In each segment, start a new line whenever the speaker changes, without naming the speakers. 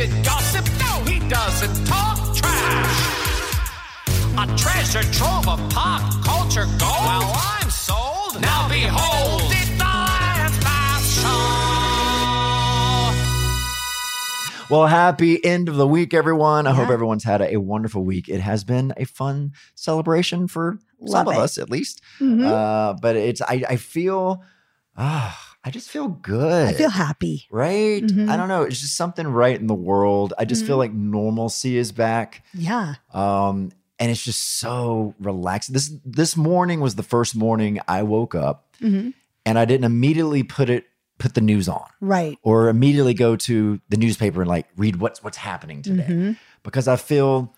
Oh, us and talk trash. A treasure trove of pop culture gold. Well, I'm sold. Now behold, it's the Lions Bath Show.
Well, happy end of the week, everyone. I hope everyone's had a, a wonderful week. It has been a fun celebration for some
Love
of
it.
us, at least.
Mhm.
Uh, but it's I, I feel ah, I just feel good.
I feel happy.
right.
Mhm.
I don't know. It's just something right in the world. I just feel like normalcy is back.
Yeah.
Um, and it's just so relaxing. This this morning was the first morning I woke up
Mhm.
and I didn't immediately put it put the news on
Right.
or immediately go to the newspaper and like read what's what's happening today
Mhm.
because I feel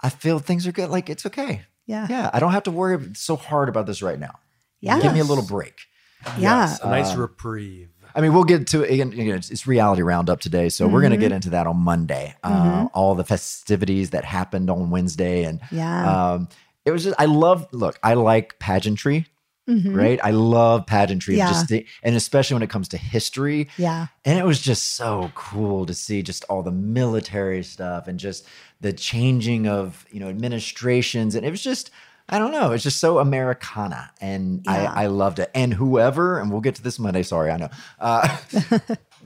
I feel things are good. Like it's okay.
Yeah.
Yeah, I don't have to worry so hard about this right now.
Yeah.
Give me a little break.
Yeah.
Yes, a nice
Uh,
reprieve.
I mean, we'll get to it again. You know, it's, it's reality roundup today, so we're going to
Mm-hmm.
get into that on Monday. Uh, all the festivities that happened on Wednesday, and
Yeah.
um, it was just I love. Look, I like pageantry,
Mm-hmm.
right? I love pageantry,
Yeah.
just the, and especially when it comes to history.
yeah.
And it was just so cool to see just all the military stuff and just the changing of, you know, administrations. And it was just, I don't know, it's just so Americana. And
Yeah.
I, I loved it. And whoever, and we'll get to this Monday, sorry, I know. Uh,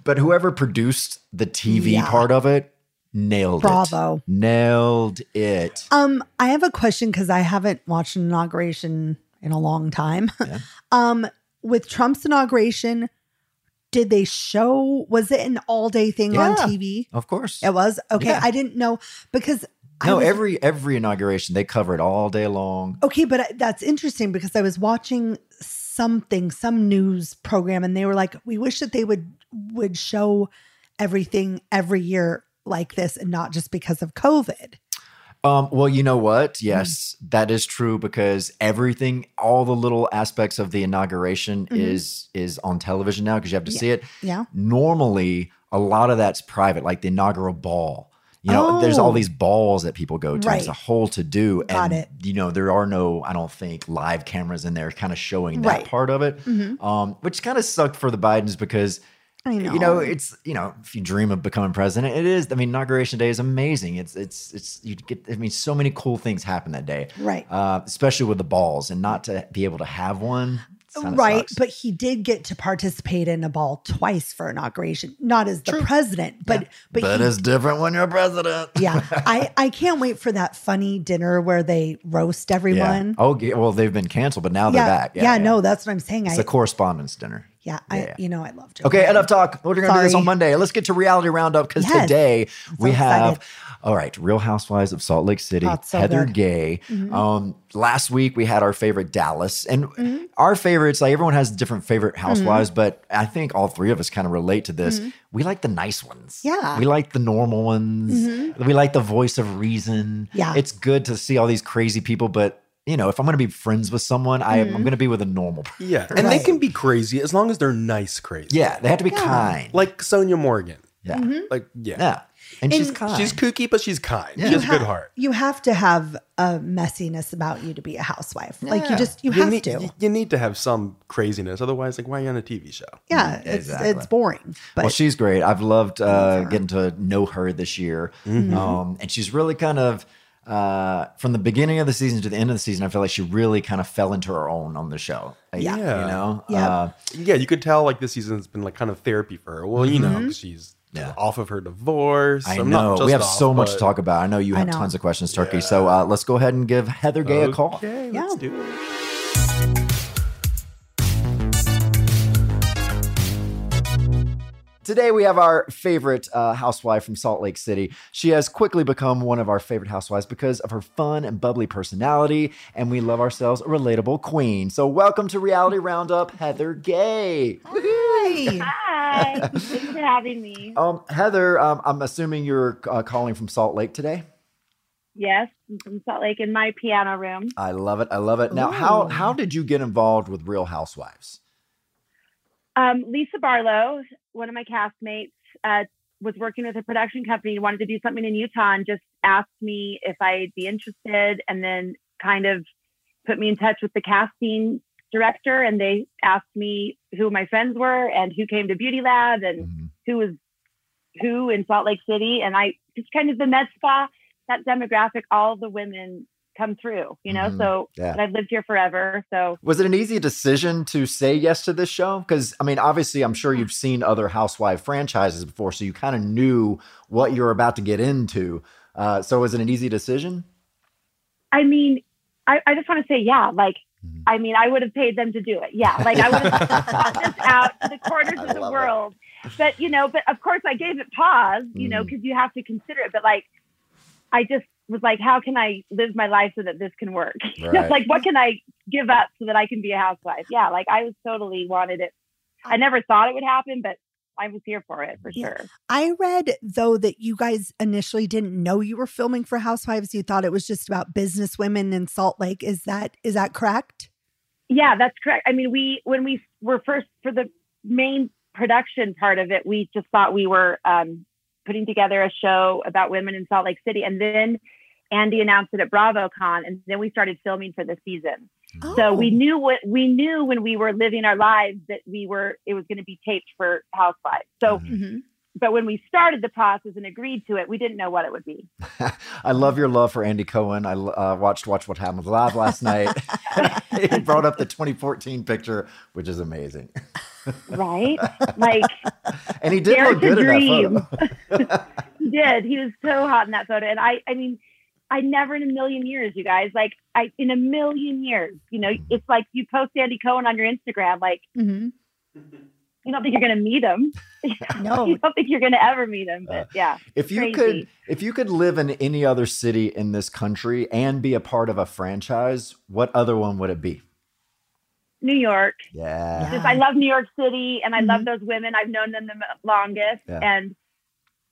but whoever produced the TV
Yeah.
part of it nailed it.
Bravo.
Nailed it.
Um, I have a question because I haven't watched an inauguration in a long time. um, with Trump's inauguration, did they show? Was it an all day thing on
Yeah.
TV?
Of course.
It was okay.
Yeah.
I didn't know because I
No,
was-
every every inauguration they cover it all day long.
Okay, but I- that's interesting because I was watching something, some news program, and they were like, "We wish that they would would show everything every year like this, and not just because of COVID."
Um, well, you know what?
Hmm.
Yes, that is true because everything, all the little aspects of the inauguration is is on television now because you have to see it.
Mm-hmm. Yeah,
Normally, a lot of that's private, like the inaugural ball. You know, there's
Oh.
all these balls that people go to. There's
Right.
a whole to do.
Got
and,
it.
You know, there are no, I don't think, live cameras in there kind of showing that
Right. Mm-hmm.
part of it, um, which kind of sucked for the Bidens because
I know.
you know it's you know if you dream of becoming president it is i mean inauguration day is amazing it's it's it's you get i mean so many cool things happen that day
Right.
uh, especially with the balls and not to be able to have one kinda
right,
sucks.
but he did get to participate in a ball twice for inauguration, not as the president, but but,
but
he
it's different when you're president
yeah, I I can't wait for that funny dinner where they roast everyone.
yeah. oh yeah, well they've been canceled but now
yeah,
they're back
yeah, no, that's what I'm saying.
it's
I
a correspondence dinner
yeah, I
yeah.
you know I love Joe.
Okay,
Biden.
enough talk. We're going to do this on
Sorry.
Monday. Let's get to reality roundup because
Yes.
today we
so
have,
excited.
all right, Real Housewives of Salt Lake City,
Oh, it's so
Heather
good. Mm-hmm.
Gay. Um, last week we had our favorite Dallas, and
Mm-hmm.
our favorites. Like everyone has different favorite housewives, but I think all three of us kind of relate to this. We like the nice ones.
Mm-hmm. Yeah. Mm-hmm.
we like the normal ones. We like the voice of reason.
Yeah.
it's good to see all these crazy people, but. You know, if I'm going to be friends with someone, I, I'm
Mm-hmm.
going to be with a normal. person.
Yeah, and
Right.
they can be crazy as long as they're nice crazy.
Yeah, they have to be kind.
like Sonia Morgan.
yeah,
Mm-hmm.
Like yeah,
yeah, and, she's
And
kind.
she's kooky, but she's kind.
Yeah.
She
You
has a good
ha-
heart.
You have to have a messiness about you to be a housewife. Like you
Yeah.
just you have
need,
to.
y- You need to have some craziness, otherwise, like why are you on a TV show?
yeah, it's it's
exactly.
boring. But
well, she's great. I've loved uh, getting to know her this year, um, and she's really kind of uh, from the beginning of the season to the end of the season. I feel like she really kind of fell into her own on the show. Like,
Yeah.
you know,
Yeah.
Uh,
Yeah, you could tell like this season's been like kind of therapy for her. Well, you know, 'cause she's
Yeah.
off of her divorce.
I
I'm
know
not just
we have
off,
so much
but-
to talk about. I know you
I
have
know.
tons of questions, Turkey. So uh, let's go ahead and give Heather Gay a call.
Okay,
Yeah.
let's do it.
Today we have our favorite uh, housewife from Salt Lake City. She has quickly become one of our favorite housewives because of her fun and bubbly personality, and we love ourselves a relatable queen. So welcome to Reality Roundup, Heather Gay.
Hi.
Hi. Thanks for having me.
Um, Heather, um, I'm assuming you're uh, calling from Salt Lake today.
Yes, I'm from Salt Lake in my piano room.
I love it. I love it. Now, how
Ooh.
how did you get involved with Real Housewives?
Um, Lisa Barlow, one of my castmates, uh, was working with a production company and wanted to do something in Utah and just asked me if I'd be interested and then kind of put me in touch with the casting director and they asked me who my friends
Mm-hmm.
were and who came to Beauty Lab and who was who in Salt Lake City and I it's kind of the med spa, that demographic, all the women come through, you know?
Mhm.
So
Yeah.
and I've lived here forever. So
Was it an easy decision to say yes to this show? Because, I mean, obviously, I'm sure you've seen other housewife franchises before, so you kind of knew what you're about to get into. Uh, so, was it an easy decision?
I mean, I, I just want to say, yeah, like,
Mhm.
I mean, I would have paid them to do it. Yeah. Like I would have sent this out to the corners
I
of the
love it.
world. But, you know, but of course I gave it pause, you know,
Mm.
because you have to consider it. But like, I just was like, how can I live my life so that this can work? Just
Right.
like, what can I give up so that I can be a housewife? Yeah. Like I was totally wanted it. I never thought it would happen, but I was here for it for
Yeah.
sure.
I read though that you guys initially didn't know you were filming for Housewives. You thought it was just about business women in Salt Lake. Is that is that correct?
Yeah, that's correct. I mean, we when we were first for the main production part of it, we just thought we were um, putting together a show about women in Salt Lake City, and then Andy announced it at BravoCon, and then we started filming for the season. So
Oh.
we knew what we knew when we were living our lives that we were it was going to be taped for Housewives. So,
Mhm.
hmm
but when we started the process and agreed to it, we didn't know what it would be.
I love your love for Andy Cohen. I uh, watched Watch What Happens Live last night. he brought up the 2014 picture, which is amazing.
Right? like
And he did
Dare
look
to
good in that photo.
He did. He was so hot in that photo. And I, I mean, I never in a million years, you guys, like I, in a million years, you know,
Mm.
it's like you post Andy Cohen on your Instagram, like
hmm
you don't think you're going to meet him.
No,
You don't think you're going to ever meet him,
Uh.
but yeah.
If you
Crazy.
could if you could live in any other city in this country and be a part of a franchise, what other one would it be?
New York.
Yeah.
Uh.
Just I love New York City and I love
Mhm.
those women. I've known them the m- longest
Yeah. Mm.
and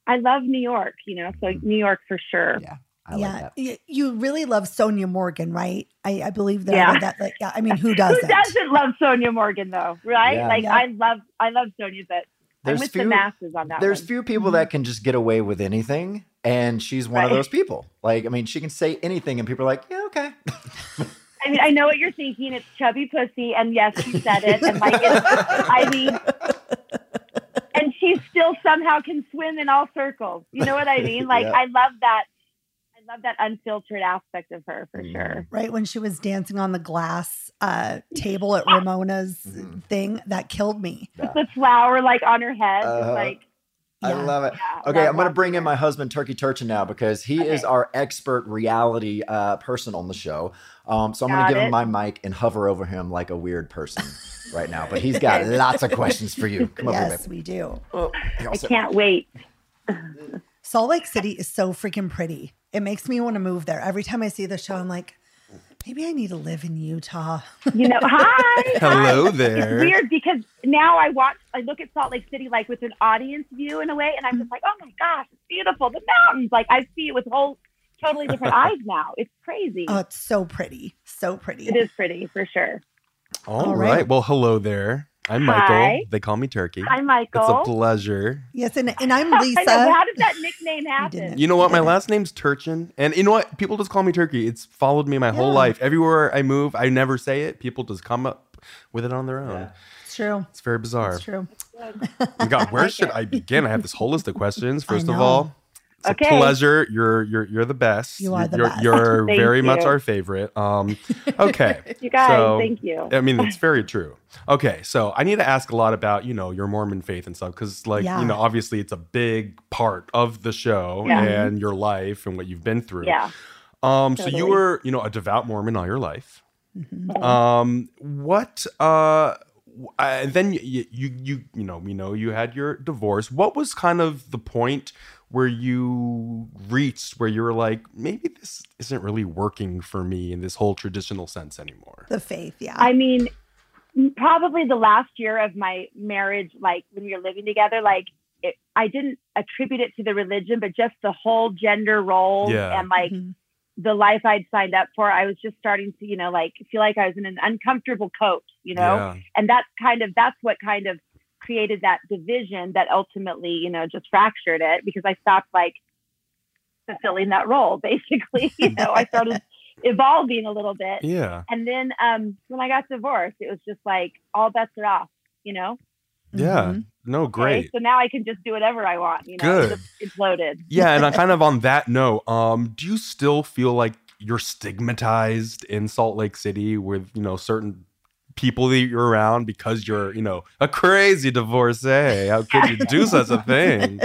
I love New York, you know. So New York for sure.
Yeah. I like
yeah.
that.
Y- You really love Sonia Morgan, right? I, I believe that.
Yeah.
I read that. Like, yeah. I mean, who doesn't?
Who doesn't love Sonia Morgan though, right?
Yeah.
Like
Yeah.
I love I love Sonia, but
There's
I'm with
few-
the masses on that.
There's
one.
few
Mm-hmm.
people that can just get away with anything, and she's one of
Right.
those people. Like, I mean, she can say anything, and people are like, "Yeah, okay."
I mean, I know what you're thinking. It's chubby pussy, and yes, she said it. And like, it's, I mean, and she still somehow can swim in all circles. You know what I mean? Like,
Yeah.
I love that. I love that unfiltered aspect of her for
Mhm.
sure.
right when she was dancing on the glass uh, table at Ramona's
Mm-hmm.
Mhm.
thing, that killed me.
The flower, like on her head, is,
Uh-huh.
like
I
Yeah.
love it.
yeah,
Okay,
love,
I'm going to
love
bring in
her.
my husband, Turkey Turchin, now because he is
Okay.
our expert reality uh, person on the show. Um, so I'm going
Got
to give him
it.
my mic and hover over him like a weird person right now. But he's got lots of questions for you. Come over,
yes, we do.
babe. Here, I'll
I
sit-
can't wait.
Salt Lake City is so freaking pretty. It makes me want to move there. Every time I see the show, I'm like, maybe I need to live in Utah.
You know, hi. hi.
Hello
It's
there.
weird because now I watch, I look at Salt Lake City like with an audience view in a way, and I'm just like, oh my gosh, it's beautiful. The mountains, like I see it with whole, totally different eyes now. It's crazy.
oh, it's so pretty. So pretty.
it is pretty for sure.
All
All right.
right. Well, hello there. I'm Michael.
Hi.
They call me Turkey.
Hi,
It's a
Michael.
pleasure.
Yes, and, and I'm
I know,
Lisa.
how did that nickname happen?
didn't.
You know what? My last name's Turchin. And you know what? People just call me Turkey. It's followed me my whole
Yeah.
life. Everywhere I move, I never say it. People just come up with it on their own.
It's true.
It's very bizarre.
It's true.
Oh God, where
like
should
it.
I begin? I have this whole list of questions.
I
First of
know.
all, it's
Okay.
a pleasure. You're you're you're the best.
You are the
you're,
best.
You're
Thank
very much
you.
our favorite. Um, okay.
You guys,
So-
thank you.
I mean, it's very true. Okay, so I need to ask a lot about you know your Mormon faith and stuff because like
Yeah.
you know obviously it's a big part of the show
Yeah.
and your life and what you've been through.
Yeah.
Um. So you
Totally. Mm-hmm.
were you know a devout Mormon all your life.
Mhm.
Um, what? Uh, w- I- then you, you you you know we know you had your divorce. What was kind of the point where you reached where you were like, maybe this isn't really working for me in this whole traditional sense anymore?
The faith, yeah.
I mean, probably the last year of my marriage, like when we were living together, like it, I didn't attribute it to the religion, but just the whole gender role
Yeah.
and like
Mhm.
the life I'd signed up for. I was just starting to, you know, like feel like I was in an uncomfortable coat, you know, and that's kind of that's what kind of created that division that ultimately, you know, just fractured it because I stopped like fulfilling that role basically. you know, I started evolving a little bit.
yeah, yeah,
And then um, when I got divorced, it was just like all bets are off, you know?
yeah.
Mhm.
No, great.
So now I can just do whatever I want. You know,
Good.
It's just imploded.
Yeah, and I kind of on that note, um, do you still feel like you're stigmatized in Salt Lake City with you know certain people that you're around because you're you know a crazy divorcee? How could you do such a thing?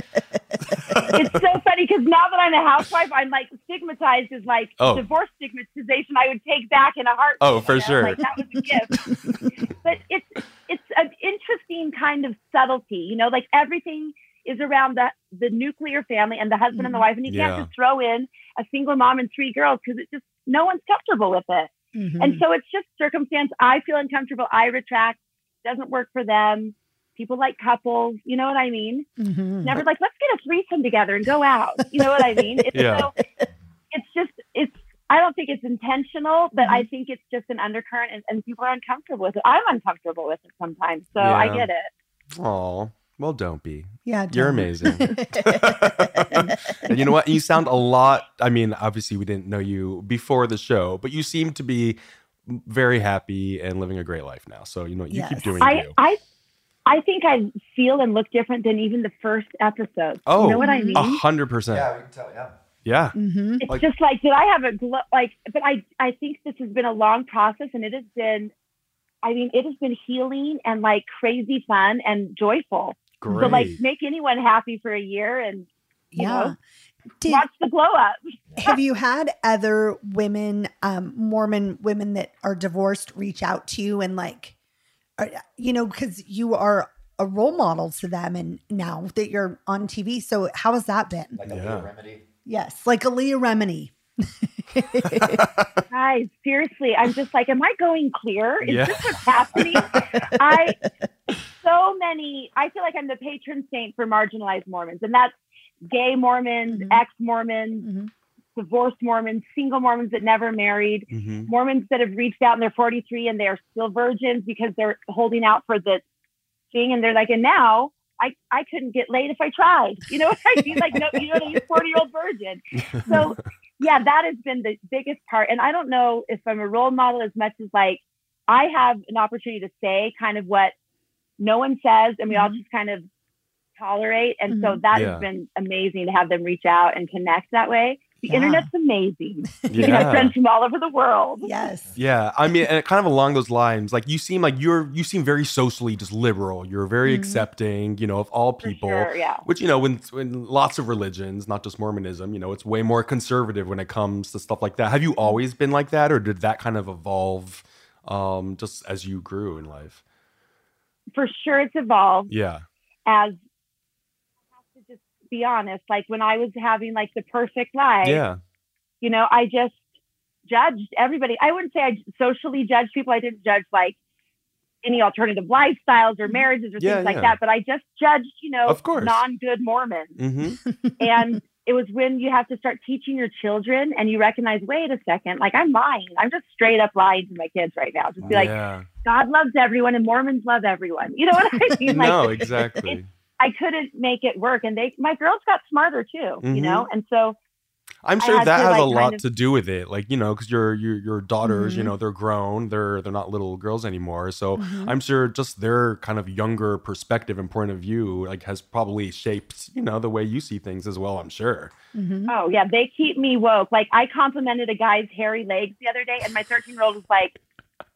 it's so funny because now that I'm a housewife, I'm like stigmatized as like
Oh.
divorce stigmatization. I would take back in a heart.
Oh, for sure.
Like, that was a gift. but it's it's an interesting kind of subtlety, you know. Like everything is around the the nuclear family and the husband and the wife, and you
Yeah.
can't just throw in a single mom and three girls because it just no one's comfortable with it.
Mm-hmm.
And so it's just circumstance. I feel uncomfortable. I retract. Doesn't work for them. People like couples. You know what I mean?
Mhm.
never like let's get a threesome together and go out you know what i mean it's
Yeah.
so it's just it's i don't think it's intentional but
Mm-hmm.
i think it's just an undercurrent and, and people are uncomfortable with it i'm uncomfortable with it sometimes so i
Yeah.
get it
Aw, well, don't be.
Yeah, Mm-hmm.
You're
don't.
amazing. and you know what? You sound a lot. I mean, obviously, we didn't know you before the show, but you seem to be very happy and living a great life now. So you know, you keep
Yes.
doing
i
you.
i i think i feel and look different than even the first episode
Oh,
you know what i mean
A hundred percent.
we can tell. Yeah.
Yeah.
Mhm.
it's
Like-
just like did I have a glow? Like, but I I think this has been a long process, and it has been, I mean, it has been healing and like crazy fun and joyful.
Great.
So like, make anyone happy for a year and
Yeah. Did,
watch the glow up.
have you had other women, um, Mormon women that are divorced, reach out to you and like, are, you know, because you are a role model to them, and now that you're on TV, so how has that been?
Like
a
a
Yeah.
remedy.
Yes, like Aaliyah Remini.
Guys, seriously, I'm just like, am I going clear? Is
Yeah.
this what's happening? I so many. I feel like I'm the patron saint for marginalized Mormons, and that's gay Mormons,
Mhm.
ex Mormons,
Mhm.
divorced Mormons, single Mormons that never married.
Mhm.
Mormons that have reached out and they're 43 and they're still virgins because they're holding out for the thing. And they're like, and now I, I couldn't get laid if I tried. You know what I mean? Like, no, you know what I mean? 40 year old virgin. So, yeah, that has been the biggest part. And I don't know if I'm a role model as much as like I have an opportunity to say kind of what no one says and we all just kind of tolerate. And so that
Yeah.
has been amazing to have them reach out and connect that way. The
Yeah.
internet's amazing. You have
Yeah.
friends from all over the world.
Yes.
Yeah, I mean, and kind of along those lines, like you seem like you're you seem very socially just liberal. You're very
Mhm.
accepting, you know, of all
Mm-hmm. For
people.
sure, yeah.
Which you know, when, when lots of religions, not just Mormonism, you know, it's way more conservative when it comes to stuff like that. Have you
Mm-hmm.
always been like that, or did that kind of evolve um, just as you grew in life?
For sure, it's evolved
Yeah,
as. I have to just be honest. Like when I was having like the perfect life,
yeah,
you know, I just judged everybody. I wouldn't say I socially judged people. I didn't judge like any alternative lifestyles or marriages or
Yeah,
things like
yeah.
that. But I just judged, you know,
Of course.
non-good Mormons.
hmm
and it was when you have to start teaching your children and you recognize, wait a second, like I'm lying. I'm just straight up lying to my kids right now. Just be like,
Oh, yeah.
God loves everyone and Mormons love everyone. You know what I mean? Like,
no, exactly.
I couldn't make it work. And they, my girls got smarter too,
Mhm.
you know? And so,
I'm
I
sure
had
that
to,
has
like,
a
kind
lot
of- Mm-hmm.
to do with it, like you know, because your your your daughters, you
Mhm.
know, they're grown, they're they're not little girls anymore, so.
Mhm.
I'm sure just their kind of younger perspective and point of view like has probably shaped, you know, the way you see things as well, I'm sure.
Mhm.
oh yeah, they keep me woke. Like I complimented a guy's hairy legs the other day and my 13 year old was like,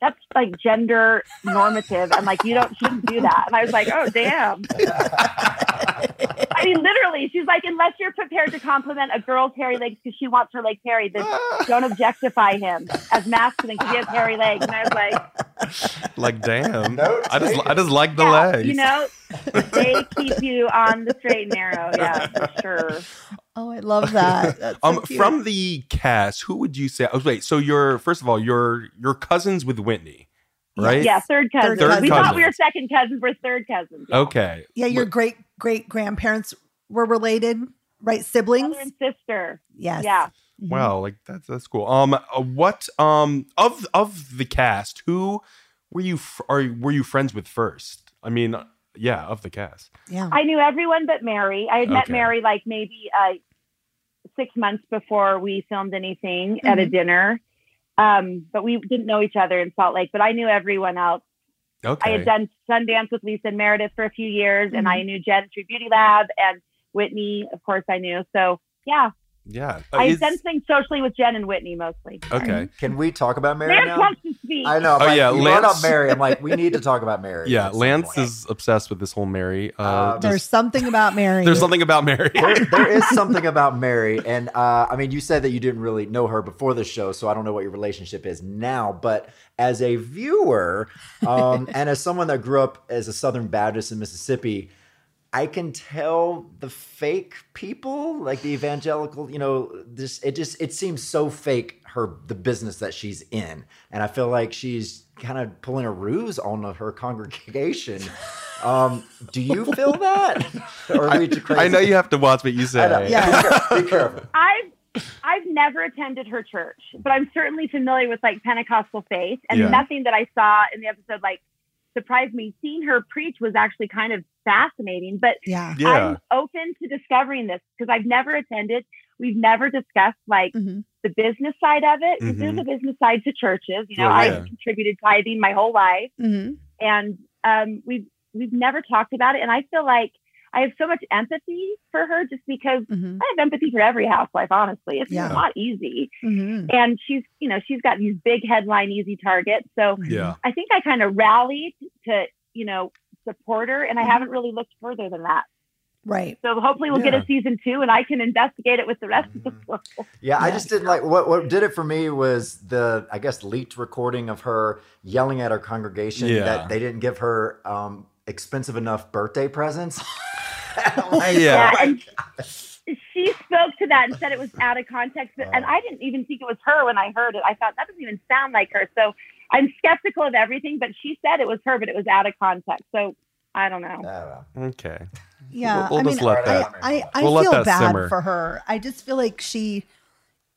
that's like gender normative. And like, you don't, shouldn't do that. And I was like, oh damn. I mean, literally she's like, unless you're prepared to compliment a girl's hairy legs because she wants her legs hairy, then don't objectify him as masculine because he has hairy legs. And I was like,
Like damn.
Note
I just I just like the
Yeah,
legs.
You know, they keep you on the straight and narrow. Yeah, for sure.
Oh, I love that. That's so
um
cute.
from the cast, who would you say oh, wait, so you're first of all, you're you're cousins with Whitney, right?
Yeah, third cousin.
Third
we thought we
cousins.
were second cousins. We're third cousins.
Okay.
yeah, your
Wh-
great great grandparents were related, right? Siblings.
Brother and sister.
Yes.
Yeah.
Mhm.
Wow, like that's that's cool. Um uh, what um of of the cast, who were you fr- are were you friends with first? I mean, uh, yeah, of the cast.
Yeah.
I knew everyone but Mary. I had met
Okay.
Mary like maybe uh, six months before we filmed anything at a dinner. Um, but we didn't know each other in Salt Lake, but I knew everyone else
Okay.
I had done Sundance with Lisa and Meredith for a few years, and I knew Jen through Beauty Lab and Whitney, of course, I knew. So yeah,
yeah. Uh,
I've
is-
done things socially with Jen and Whitney mostly.
okay.
Can we talk about Mary
Lance
now?
wants to speak.
I know. I'm
Oh,
like,
yeah,
you brought
Lance-
up Mary. I'm like, we need to talk about Mary.
Yeah,
at some
Lance
point.
is obsessed with this whole Mary. Uh,
Uh,
Um, There's something about Mary.
there's something about Mary.
There- there is something about Mary, and uh, I mean, you said that you didn't really know her before the show, so I don't know what your relationship is now. But as a viewer, um, and as someone that grew up as a Southern Baptist in Mississippi, I can tell the fake people, like the evangelical. You know, this it just it seems so fake. Her the business that she's in, and I feel like she's kind of pulling a ruse on her congregation. Um, do you feel that? or are we too crazy?
I know you have to watch what you
I know.
say.
Be careful. Be careful.
I've I've never attended her church, but I'm certainly familiar with like Pentecostal faith, and
Yeah.
nothing that I saw in the episode like surprised me. Seeing her preach was actually kind of fascinating, but
yeah.
Yeah.
I'm open to discovering this because I've never attended. We've never discussed like
Mhm.
the business side of it. 'cause There's
Mhm.
a business side to churches. You know,
Yeah, yeah.
I contributed tithing my whole life
Mhm.
and um, we've we've never talked about it. And I feel like I have so much empathy for her just because
Mhm.
I have empathy for every housewife. Honestly, it's
Yeah.
not easy,
Mhm.
and she's you know she's got these big headline easy targets. So
Yeah.
I think I kind of rallied to you know support her, and I
Mhm.
haven't really looked further than that.
Right.
So hopefully we'll get
Yeah.
a season two, and I can investigate it with the rest of the world.
Yeah, I
Yeah.
just didn't like what what did it for me was the I guess leaked recording of her yelling at her congregation
Yeah.
that they didn't give her um, expensive enough birthday presents. I'm like,
Yeah.
oh my
and- She spoke to that and said it was out of context, but, and
Oh.
I didn't even think it was her when I heard it. I thought that doesn't even sound like her. So I'm skeptical of everything, but she said it was her, but it was out of context. So I don't know.
Uh,
God. I don't know.
Okay.
Yeah.
We'll- we'll
I
just
mean,
let
that-
I, I, I
We'll let
feel
that
bad
simmer.
for her. I just feel like she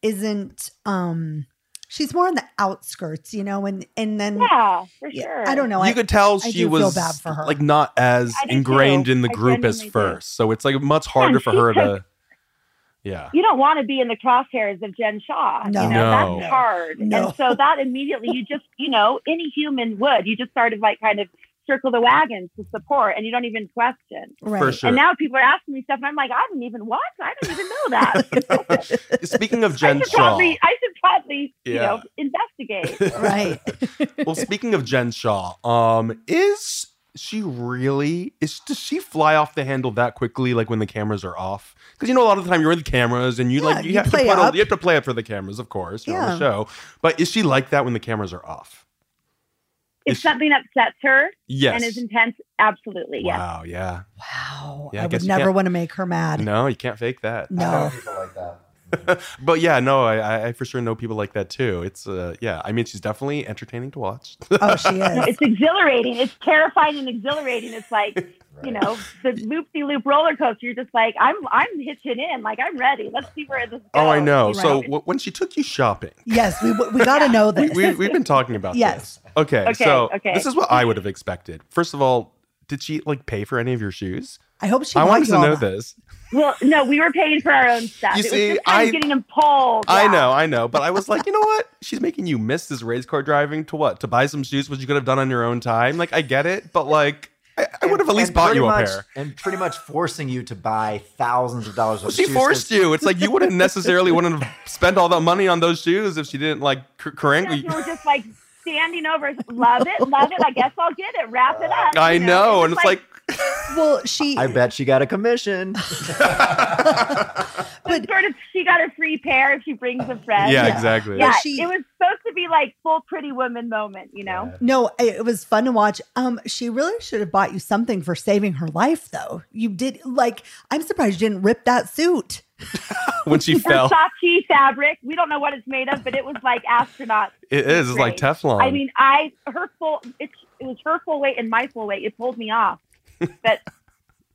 isn't um she's more on the outskirts, you know, and and then
Yeah, for
Yeah,
sure.
I don't know. I,
you could tell
I
she
do feel
was
bad for her.
like not as
I do
ingrained
too.
in the
I
group as
genuinely do.
first. So it's like much harder for
she
her
took-
to Yeah.
You don't want to be in the crosshairs of Jen Shaw.
No.
You know,
No.
that's hard.
No.
And so that immediately you just, you know, any human would. You just started like kind of circle the wagons to support and you don't even question.
right.
For sure.
And now people are asking me stuff and I'm like, I didn't even watch. I didn't even know that.
Speaking of
I
Jen
should
Shaw.
probably, I should probably, you
Yeah.
know, investigate.
Right.
well, speaking of Jen Shaw, um, is she really is does she fly off the handle that quickly like when the cameras are off because you know a lot of the time you're in the cameras and you
Yeah,
like you,
you
have to
play
put a,
up.
you have to play up for the cameras of course you're on
Yeah.
the show but is she like that when the cameras are off
if
Is-
something upsets her
yes
and is intense, absolutely, yes.
wow yeah
Wow.
Yeah, I
I,
guess
would
you
never
can't-
want to make her mad.
no you can't fake that
I know
No.
people like that.
But yeah, no, I- I, I for sure know people like that too. It's uh, yeah, I mean, she's definitely entertaining to watch.
Oh, she
No,
is.
it's exhilarating. It's terrifying and exhilarating. It's like you
Right.
know the loop de loop roller coaster. You're just like I'm. I'm hitching in. Like I'm ready. Let's see where this goes.
oh, I know. So
Right.
w- when she took you shopping,
yes, we we got to know
we,
this.
we we've been talking about
Yes.
this. Okay,
Okay,
so
okay.
this is what I would have expected. First of all, did she like pay for any of your shoes?
I hope she
I
logs
wanted to
all
know
that.
this.
well, no, we were paying for our own stuff.
You
it
see,
was just kind
I-
of getting them pulled.
I
Yeah.
know, I know, but I was like, you know what? She's making you miss this race car driving to what? To buy some shoes, which you could have done on your own time. Like, I get it, but like, I, I would have at least
And
bought
pretty
you a
much-
pair.
And pretty much forcing you to buy thousands of dollars of
Well, she
shoes 'cause-
forced you. It's like you wouldn't necessarily wouldn't have spent all that money on those shoes if she didn't like cr- crank.
We
you.
were just like standing over. Love it, love it. I guess I'll get it. Wrap it up.
I
you
know, and
just
it's like,
Well, she
I bet she got a commission.
but
sort of she got a free pair if she brings a friend.
yeah,
Yeah.
exactly.
Yeah,
she-
it was supposed to be like full pretty woman moment, you know.
no, I- it was fun to watch. Um, she really should have bought you something for saving her life, though. You did like I'm surprised you didn't rip that suit.
When she fell,
Versace fabric. We don't know what it's made of, but it was like astronaut.
it is. It's like Teflon.
I mean, I her full it, it was her full weight and my full weight. It pulled me off, but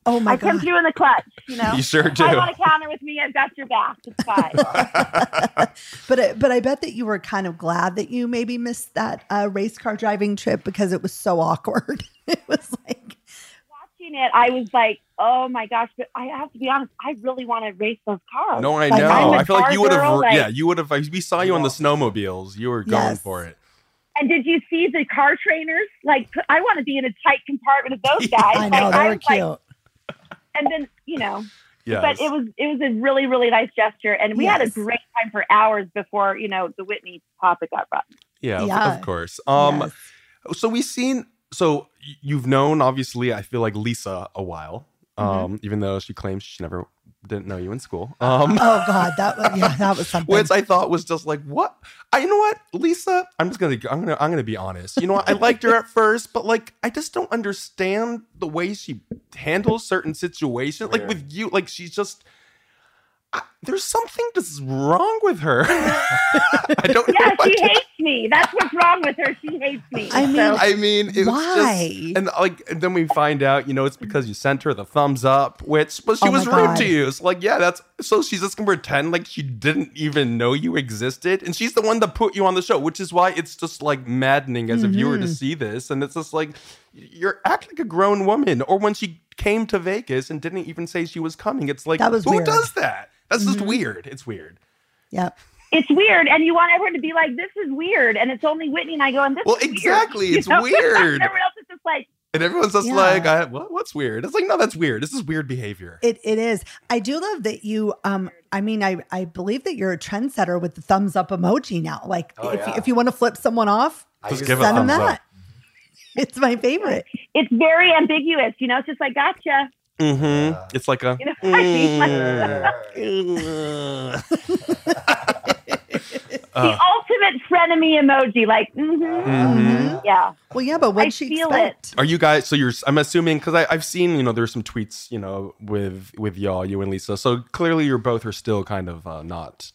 Oh my
I come
god!
through in the clutch. You know,
you sure
If I
do.
want to counter with me. I've got your back. It's fine.
But I, but I bet that you were kind of glad that you maybe missed that uh, race car driving trip because it was so awkward. it was like
Watching it, I was like, oh my gosh! But I have to be honest. I really want to race those cars.
No, I
Like,
know.
I'm a
I feel like
car
you would have.
girl, like-
yeah, you would have. We saw you on the snowmobiles. You were going
Yes.
for it.
And did you see the car trainers? Like, I want to be in a tight compartment of those guys.
I know
Like,
they
I
were
was like-
cute.
and then you know,
Yes.
but it was it was a really really nice gesture, and we had a
Yes.
great time for hours before you know the Whitney topic got brought.
yeah, of-
Yeah.
Of course. Um.
Yes.
So we've seen. So y- you've known, obviously. I feel like Lisa a while.
Mm-hmm.
Um. Even though she claims she never didn't know you in school.
Uh-huh.
Um.
Oh God, that was yeah, that was something.
Which I thought was just like what I you know what Lisa I'm just gonna I'm gonna I'm gonna be honest you know what I liked her at first but like I just don't understand the way she handles certain situations like with you like she's just I, there's something just wrong with her I don't know
Yeah,
what
she
to-
hates me. That's what's wrong with her. She hates me.
I mean,
So-
I mean, it was
Why?
just, and like, and then we find out, you know, it's because you sent her the thumbs up, which, but she
Oh
was rude
my God.
to you. It's like, yeah, that's so she's just gonna pretend like she didn't even know you existed, and she's the one that put you on the show, which is why it's just like maddening as a
Mm-hmm.
viewer to see this, and it's just like you're act like a grown woman, or when she came to Vegas and didn't even say she was coming, it's like
That was
who
weird. Mm-hmm.
does that? That's just weird. It's weird.
yep.
it's weird, and you want everyone to be like, "This is weird," and it's only Whitney and I go, "And this
Well,
is weird."
exactly,
You
it's
know?
weird.
Everyone else is just like,
And everyone's just
Yeah.
like, I, what, what's weird? It's like, no, that's weird. This is weird behavior.
It it is. I do love that you um I mean I I believe that you're a trendsetter with the thumbs up emoji now. Like
Oh,
if you,
yeah.
if you want to flip someone off,
Just
use
give a
send them
thumbs
that.
up.
It's my favorite.
it's very ambiguous. You know, it's just like, "Gotcha."
Mm-hmm.
Yeah.
It's like a.
You know, I mean, like,
Mm. Uh.
the ultimate frenemy emoji. Like, mm-hmm,
Mhm.
yeah.
Well, yeah, but what
I
she
feel
expect?
Are you guys? So you're. I'm assuming because I've seen you know there's some tweets you know with with y'all you and Lisa. So clearly you're both are still kind of uh, not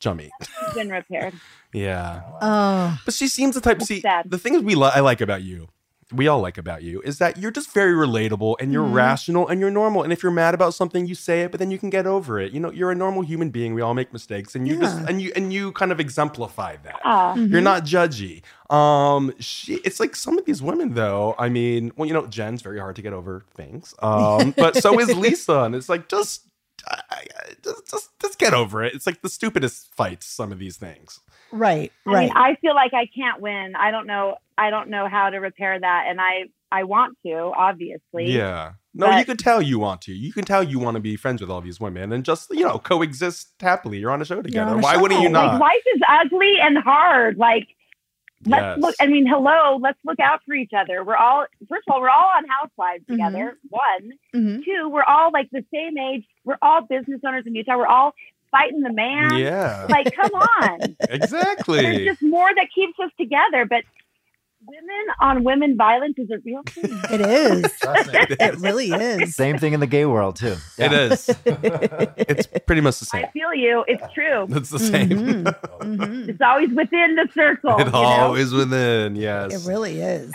chummy.
It's been repaired.
Yeah,
Oh,
but she seems the type. See,
sad.
the thing is we li- I like about you. We all like about you is that you're just very relatable and you're
Mm-hmm.
rational and you're normal. And if you're mad about something, you say it, but then you can get over it. You know, you're a normal human being. We all make mistakes, and you just
Yeah.
and you and you kind of exemplify that.
Ah.
You're not judgy. Um, she, it's like some of these women, though. I mean, well, you know, Jen's very hard to get over things. Um, but so is Lisa, and it's like just, I, I- just, just, just get over it. It's like the stupidest fights. Some of these things.
right,
I mean,
right.
I feel like I can't win. I don't know. I don't know how to repair that, and I I want to obviously.
Yeah. No, you
But-
can tell you want to. You can tell you want to be friends with all these women and just you know coexist happily. You're on a show together.
on a
Why wouldn't
show.
you
Like
not?
life is ugly and hard. Like let's
Yes.
look. I mean, hello. Let's look out for each other. We're all first of all, we're all on
Mm-hmm.
Housewives together. One,
Mhm.
two. We're all like the same age. We're all business owners in Utah. We're all fighting the man.
yeah.
Like, come on. There's
Exactly.
just more that keeps us together. But women on women violence is a real thing.
It is.
Trust me.
It really is.
Same thing in the gay world too.
It
Yeah.
is. it's pretty much the same.
I feel you. It's true.
It's the same.
Mhm. Mhm.
It's always within the circle. Oh, you
It
know?
always within, yes.
It really is.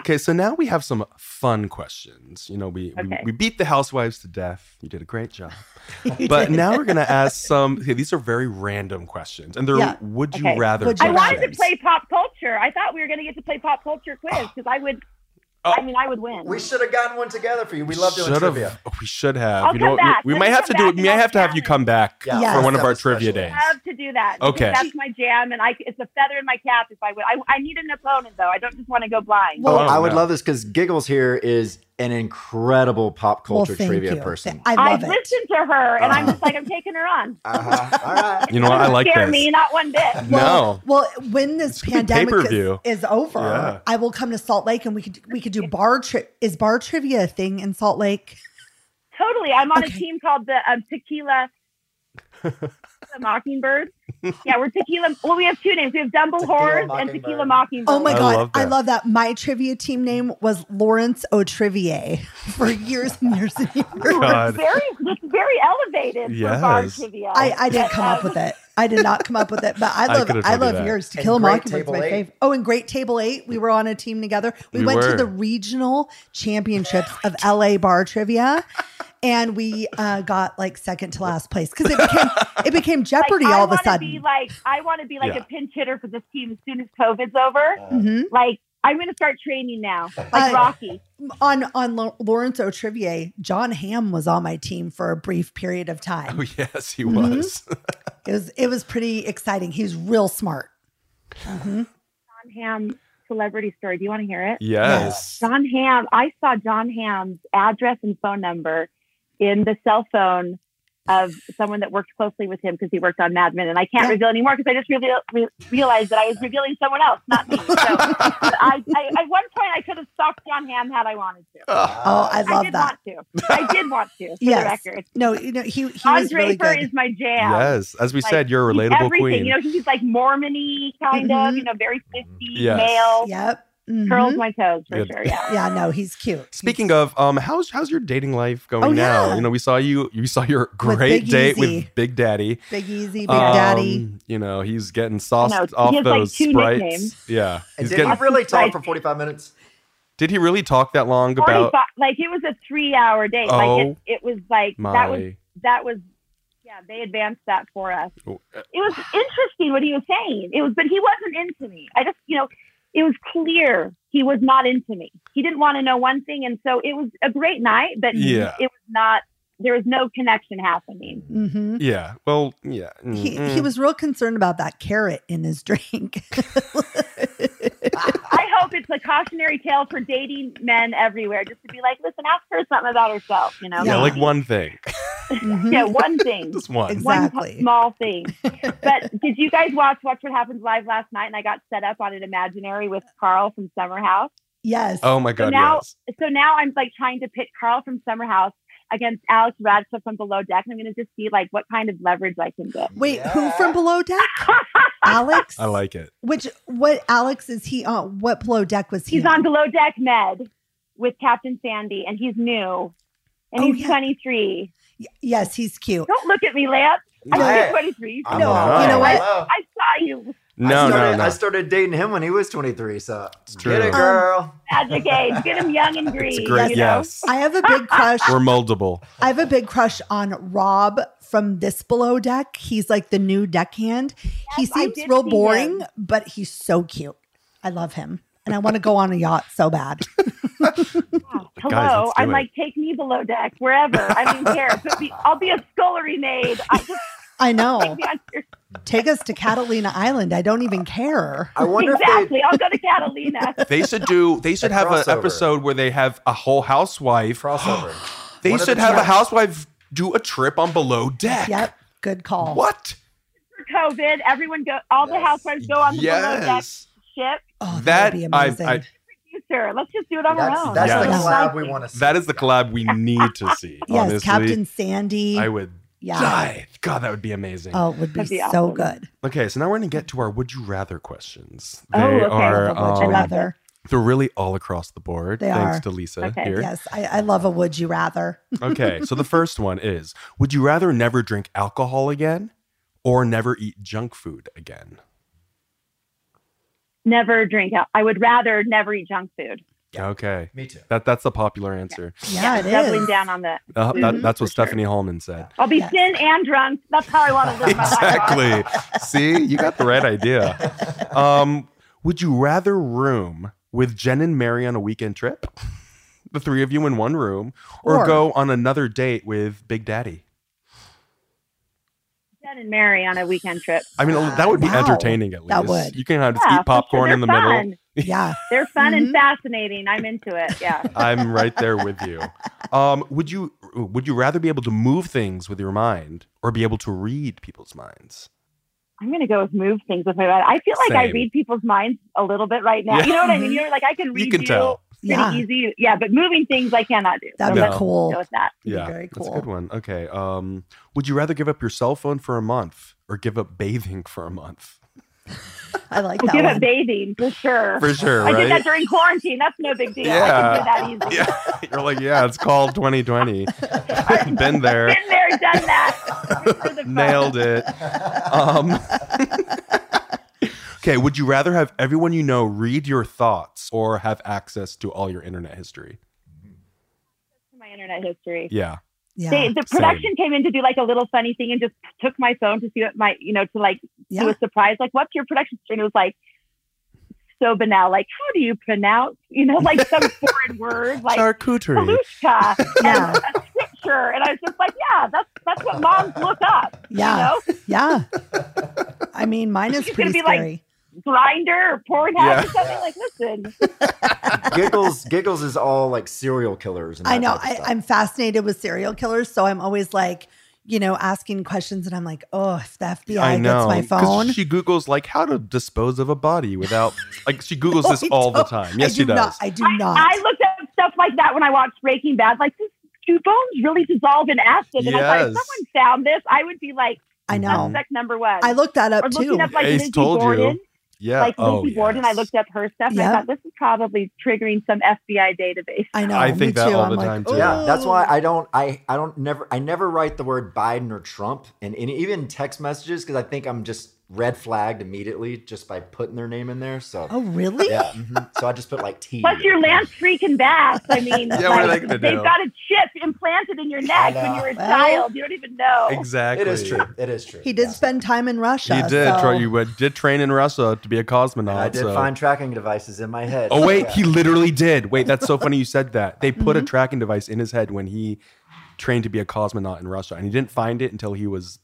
okay, so now we have some fun questions. You know, we,
Okay.
we we beat the housewives to death. You did a great job. but now we're gonna ask some. Okay, these are very random questions, and they're
Yeah.
would you
Okay.
rather?
Would you
I wanted to
questions.
play pop culture. I thought we were going to get to play pop culture quiz because I would.
Oh.
I mean, I would win.
We should have gotten one together for you. We love doing
Should've-
trivia.
We should have.
I'll
you
come
know, what?
back.
we, we
Let
might
me
have to
come
do it.
back
We
and
might
I'll
have to have you
challenge.
come back
Yeah.
Yes.
for one of our
That was
trivia
special.
days.
love to do that.
Okay.
That's my jam, and I, it's a feather in my cap if I would. I, I need an opponent, though. I don't just want to go blind.
Oh,
Well,
I would
no.
love this because Giggles here is an incredible pop
Well,
culture
thank
trivia
you.
person.
I love
I've
it.
listened to her, and I'm
Uh-huh.
just like, I'm taking her on.
Uh-huh. All right.
You know what? I
Doesn't
like
scare
this.
me, not one bit.
No.
Well, well, when this
gonna be
pandemic
pay-per-view.
is, is over,
Yeah.
I will come to Salt Lake and we could we could do bar trip. Is bar trivia a thing in Salt Lake?
Totally. I'm on a
Okay.
team called the um, Tequila the Mockingbirds. Yeah, we're Tequila. Well, we have two names. We have Dumble
Tequila
Horrors and Tequila Mockingbirds.
Oh my
I
god,
love
I
that.
love that. My trivia team name was Lawrence O'Trivier for years and years and years.
It's very, it's very elevated for bar
Yes.
trivia.
I, I didn't come up with it. I did not come up with it, but I love
could've
I,
told you
love
that.
yours. To
And
Kill a
Great
Mockingbird is
Table
my
Eight.
favorite. Oh, and Great Table Eight, we were on a team together. We,
We
went
were.
to the regional championships of LA bar trivia, and we uh, got like second to last place because it became it became
Like,
Jeopardy
I
all of a
wanna
sudden.
Be like, I want to be like
Yeah.
a pinch hitter for this team as soon as COVID's over.
Mhm.
Like, I'm going to start training now, like
I-
Rocky.
On on Lo- Lawrence O'Trivier, John Hamm was on my team for a brief period of time.
Oh yes, he
Mm-hmm.
was.
It was it was pretty exciting. He was real smart.
John John Hamm celebrity story. Do you want to hear it?
Yes.
John Hamm. I saw John Hamm's address and phone number in the cell phone of someone that worked closely with him because he worked on Mad Men, and I can't
Yeah.
reveal anymore because I just reveal, re- realized that I was revealing someone else, not me. So but I, I, at one point, I could have stalked John Hamm had I wanted to.
Oh, I love
did
that.
want to. I did want to. For
Yes.
the record,
No, you know he he
Don
was really
Draper
good.
is my jam.
Yes. As we
Like,
said, you're a
He's
relatable
everything.
queen.
You know, he's like Mormony kind
Mhm.
of, you know, very 50
Yes.
male.
Yep. Mhm.
Curls my toes for
Good.
sure. Yeah.
Yeah, no, he's cute.
Speaking of, um, how's how's your dating life going
Oh,
now?
yeah.
You know, we saw you. You saw your
With
great
Big
date
Easy.
with Big Daddy.
Big Easy, Big
Um,
Daddy.
You know, he's getting sauced
I know, he
off
has, like,
those
two
sprites.
nicknames.
Yeah.
And
He's
did he
getting,
really talk for 45 minutes?
did he really talk that long about
45, like it was a three hour date. Like
Oh.
it, it was like that was
Molly?
that was yeah, they advanced that for us.
Oh,
It was interesting what he was saying. It was but he wasn't into me. I just you know, it was clear he was not into me. He didn't want to know one thing and so it was a great night, but
Yeah.
it was not there was no connection happening.
hmm
Yeah. Well, yeah. Mm,
He,
mm.
he was real concerned about that carrot in his drink.
I hope it's a cautionary tale for dating men everywhere, just to be like, listen, ask her something about herself, you know?
yeah,
Yeah.
like one thing.
Mhm.
yeah, one thing,
Just one.
Exactly.
one small thing. But did you guys watch Watch What Happens Live last night? And I got set up on an imaginary with Carl from Summer House.
Yes.
Oh my god.
now-
yes.
So now I'm like trying to pit Carl from Summer House against Alex Radcliffe from Below Deck, and I'm going to just see like what kind of leverage I can get.
Wait, who from Below Deck? Alex.
I like it.
Which what Alex is he on? What Below Deck was he?
He's on Below Deck Med with Captain Sandy, and he's new, and
Oh,
he's
yeah.
23.
Yes, he's cute.
Don't look at me, Lance. I'm only
Hey,
23.
I'm
No,
alive.
you know
what?
Hello.
I saw you.
No,
I started,
no, no.
I started dating him when he was 23, so
true.
get
Um,
it, girl.
Magic age. Get him young and green.
It's great.
You know?
Yes.
I have a big crush.
We're moldable.
I have a big crush on Rob from this Below Deck. He's like the new deckhand. he
I
seems
did
real
see
boring,
him.
but he's so cute. I love him, and I want to go on a yacht so bad.
Wow.
Guys,
Hello.
let's do
I'm
it.
like, take me below deck, wherever. I don't even care. Put me, I'll be a scullery maid. I just
I
take
know.
me on your,
Take us to Catalina Island. I don't even care.
I wonder if
exactly. I'll go to Catalina.
They should do. They should
A
have
crossover.
an episode where they have a whole
they
housewife.
crossover.
They
One of
should
the
have a
tracks.
housewife do a trip on below deck.
Yep. Good call.
What?
For COVID, everyone go, all the
Yes.
housewives go on the below deck
Yes.
ship.
Oh, that
That
would be
I,
amazing.
I
Sure. Let's just do it on our
That's,
own.
that's
Yeah.
the
Yes.
collab we want to see.
that is the collab we need to see.
yes,
honestly,
Captain Sandy.
I would
yeah.
die. God, that would be amazing.
Oh, it would be,
That'd be
so
awesome.
good.
Okay, so now we're gonna get to our would you rather questions. They
Oh, okay.
are
Love a would you
um,
rather.
they're really all across the board.
They
thanks
are.
to Lisa
Okay.
here.
Yes, I, I love a would you rather.
okay, so the first one is Would you rather never drink alcohol again or never eat junk food again?
Never drink out. I would rather never eat junk food.
Okay.
Me too.
That, that's the popular answer.
Yeah, it
Doubling
is.
down on that.
Uh, that-
Mhm.
that's what
For sure.
Stephanie Hallman said.
I'll be
Yes.
thin and drunk. That's how I want to live my life.
Exactly. See, you got the right idea. Um, would you rather room with Jen and Mary on a weekend trip? The three of you in one room, or,
Or-
go on another date with Big Daddy?
Jen and Mary on a weekend trip.
I mean, that would be
Wow.
entertaining at least.
That would.
You can have just
Yeah, for sure.
eat popcorn
They're
in the
fun.
middle.
Yeah.
They're fun
Mhm.
Mm-hmm.
and fascinating. I'm into it. Yeah.
I'm right there with you. Um, would you would you rather be able to move things with your mind or be able to read people's minds?
I'm going to go with move things with my mind. I feel like I
Same.
read people's minds a little bit right now.
Yeah.
You know what I mean? You're like, I can read
You can tell.
pretty
Mm-hmm. Yeah.
easy. Yeah, but moving things I cannot do.
That'd
so
be
let's
cool.
go with that.
It'd be
yeah,
very
that's a
cool.
good one. Okay. Um, would you rather give up your cell phone for a month or give up bathing for a month?
I like
I'll
that
give
one.
up bathing for sure.
For sure,
I did that
right?
during quarantine. That's no big deal.
Yeah.
I can do that easy.
Yeah, you're like, yeah, it's called 2020. I've been there,
Been there, done that. Reach for the phone.
nailed it. Um, okay, would you rather have everyone you know read your thoughts or have access to all your internet history?
My internet history.
Yeah.
yeah.
They, the production came in to do like a little funny thing and just took my phone to see what my, you know, to like
yeah.
It was surprised, like, what's your production history? And it was like so banal, like, how do you pronounce, you know, like some foreign word, like
Charcuterie.
balushka
Yeah.
and a scripture. And I was just like, yeah, that's that's what moms look up.
Yeah.
You know?
Yeah. I mean, mine is
She's
pretty
gonna be like-
scary.
grinder or Pornhub
Yeah.
or something. Like, listen,
giggles, giggles is all like serial killers. And
I
that
know.
type of
I,
stuff.
I'm fascinated with serial killers, so I'm always like, you know, asking questions, and I'm like, oh, if the FBI
I know.
gets my
'cause
phone,
She Googles like how to dispose of a body without like she Googles
No,
this
I
all the
don't.
time. Yes,
I
she
do
does.
Not, I do
I,
not.
I looked up stuff like that when I watched Breaking Bad. Like, this, do bones really dissolve in acid? And I thought if
Yes.
someone found this, I would be like,
I know.
suspect number one.
I looked that
or
up
looking
too.
up like
Ace
Lizzie
told you.
Borden.
yeah.
Like
oh,
Lizzie Borden, I
yes.
looked up her stuff and
Yeah.
I thought this is probably triggering some FBI database.
I know.
I
me
think that
too.
all
I'm
the
like,
time, too.
Yeah, that's why
"Ooh."
I don't. I I don't never. I never write the word Biden or Trump in any even text messages because I think I'm just red flagged immediately just by putting their name in there. So
Oh really?
yeah, mhm. so I just put like T.
Plus, you're Lance freaking Bass. I mean,
Yeah, what are they
like,
gonna
they've
do?
got a chip implanted in your neck
know.
when you're a
Well,
child. You don't even know.
Exactly.
It is true. It is true.
He did
yeah.
spend time in Russia.
You did.
so-
Troy, you uh, did train in Russia to be a
And
cosmonaut.
I did
so-
find tracking devices in my head.
Oh wait,
Yeah.
he literally did. Wait, that's so funny you said that. They
Mm-hmm.
put a tracking device in his head when he trained to be a cosmonaut in Russia, and he didn't find it until he was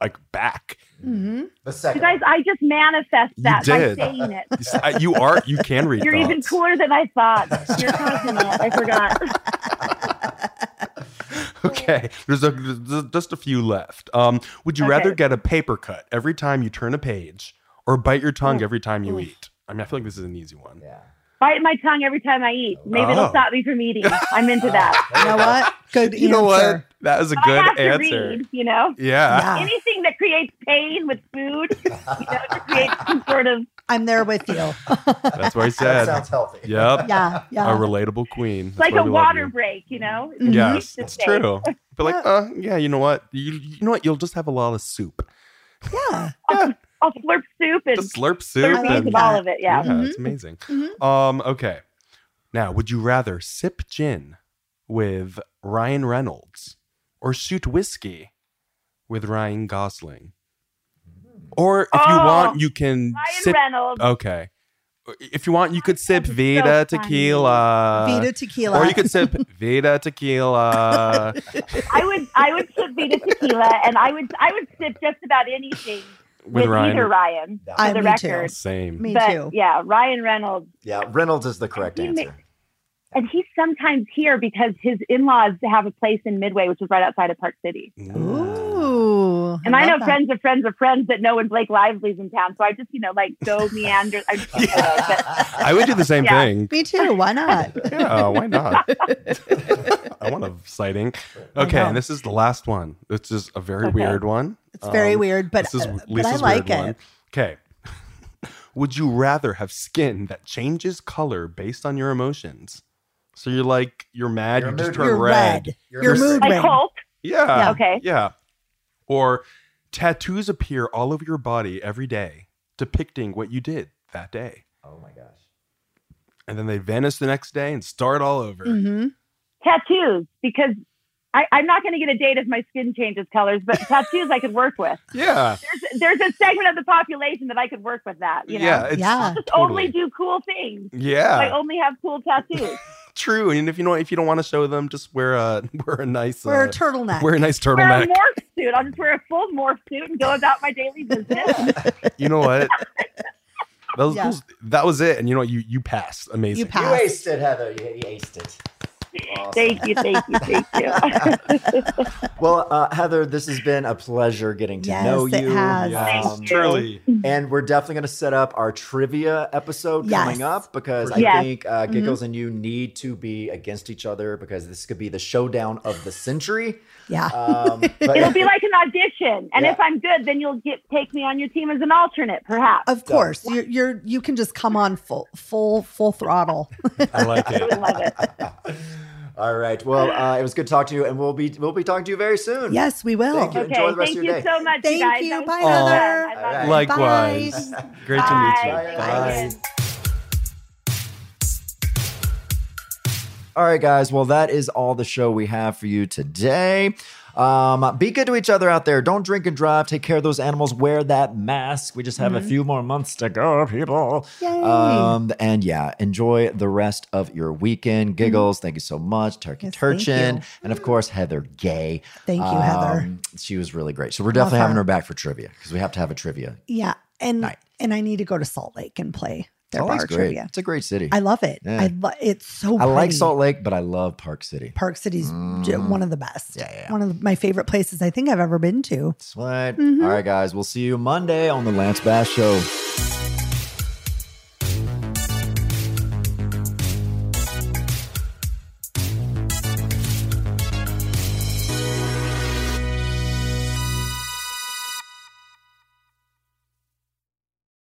like back.
Mhm.
the
You
second.
guys, I just manifest
You
that by
did.
saying it.
You s- uh, You are. You can read.
You're even
thoughts.
cooler than I thought. You're cosmonaut. I forgot.
Okay, there's, a, there's just a few left. Um, would you
Okay.
rather get a paper cut every time you turn a page, or bite your tongue every time you eat? I mean, I feel like this is an easy one.
Yeah.
Bite my tongue every time I eat. Maybe
Oh.
it'll stop me from eating. I'm into that.
You know what? Good
You know what?
answer.
That was a
I have
good
to
answer.
read, you know?
Yeah.
Yeah,
Anything that creates pain with food, you know, to create some sort of
I'm there with you.
that's what I
That
said.
sounds healthy.
yep,
Yeah,
a
yeah.
relatable queen. That's
like
why
a
we love
water
you.
break, you know?
Mhm.
Yes,
to
it's
say.
true. But like, uh, yeah, you know what? You, you know what? You'll just have a lot of soup.
yeah.
I'll slurp soup and
Just slurp soup.
slurp
and-
into all of it. Yeah. Mm-hmm.
it's amazing.
Mhm.
Um, okay. Now, would you rather sip gin with Ryan Reynolds or shoot whiskey with Ryan Gosling? Or if you
Oh,
want, you can
Ryan
sip.
Reynolds.
Okay. If you want, you could sip
That's so
Vita
funny.
tequila.
Vita tequila.
Or you could sip Vita tequila.
I would I would sip Vita tequila and I would I would sip just about anything
With
with,
Ryan.
either Ryan for
I-
the
me too.
record.
Same.
Me
but
too.
yeah, Ryan Reynolds.
Yeah, Reynolds is the correct
He ma-
answer.
And he's sometimes here because his in-laws have a place in Midway, which is right outside of Park City.
Ooh.
And I, know
love that.
friends of friends of friends that know when Blake Lively's in town. So I just, you know, like go meander. I just, but
I would do the same
Yeah.
thing.
Me too. Why not?
Yeah, Oh, why not? I want a sighting. Okay,
know.
and this is the last one. This is a very
Okay.
weird one.
It's very
Um,
weird, but,
This is
uh, but I
Lisa's
like
weird
it.
one. Okay. Would you rather have skin that changes color based on your emotions? So you're like you're mad,
You're
you just
mood
turn
ring.
You're
red.
red.
You're
Your
red.
mood
like
ring.
Hulk.
Yeah.
Yeah.
Okay.
Yeah. Or tattoos appear all over your body every day, depicting what you did that day.
Oh my gosh.
And then they vanish the next day and start all over.
Mm-hmm.
tattoos because I, I'm not going to get a date if my skin changes colors, but tattoos I could work with.
Yeah.
There's a segment of the population that I could work with that. You know?
Yeah. It's
Yeah.
Just
totally.
only do cool things.
Yeah.
I only have cool tattoos.
True. And if you know if you don't want to show them, just wear a wear a nice
Wear a
uh,
turtleneck.
wear a nice
wear a
turtleneck.
morph suit. I'll just wear a full morph suit and go about my daily business.
you know what? That was,
Yeah.
that was it. And you know what? You you passed. Amazing.
you
You
pass.
aced it, Heather. You, you aced it. Awesome.
thank you, thank you, thank you.
Well, uh, Heather, this has been a pleasure getting to
Yes,
know
it
you.
has.
Thank
Um,
you.
Truly.
and we're definitely going to set up our trivia episode
Yes. Mm-hmm.
coming up because I
Yes.
think uh, Giggles and you need to be against each other because this could be the showdown of the century.
Yeah.
Um, but
It'll be like an audition, and
Yeah.
if I'm good, then you'll get take me on your team as an alternate, perhaps.
Of course, you're, you're you can just come on full full full throttle.
I like
I would
it.
love it.
all right. Well, uh, it was good talking to you, and we'll be we'll be talking to you very soon.
yes, we will.
Thank you.
Okay,
Enjoy the rest
thank
of
you
your day.
so much,
Thank
you guys.
you.
That was
Bye,
so fun.
Heather.
I love it.
Like-
Likewise.
Bye.
Great to meet you.
Bye.
Bye.
Thank you.
All right, guys. Well, that is all the show we have for you today. Um, be good to each other out there. Don't drink and drive. Take care of those animals. Wear that mask. We just have a few more months to go, people.
Mm-hmm. Yay.
Um, and yeah, enjoy the rest of your weekend. Giggles, thank you so much. Turkey
Mm-hmm. Yes, thank
Turchin.
you. Mm-hmm.
And of course, Heather Gay.
Thank you, Heather.
Um, She was really great. So we're definitely having
her.
her back for trivia because we have to have a trivia.
Yeah, and
Night.
and I need to go to Salt Lake and play their
Salt Lake's
bar
great.
trivia.
It's a great city.
I love it.
Yeah.
I lo- it's so.
I like
pretty.
Salt Lake, but I love Park City.
Park City's j-
Mm.
one of the best.
Yeah, yeah, yeah.
One of my favorite places I think I've ever been to.
Sweat.
Mhm.
All right, guys. We'll see you Monday on the Lance Bass Show.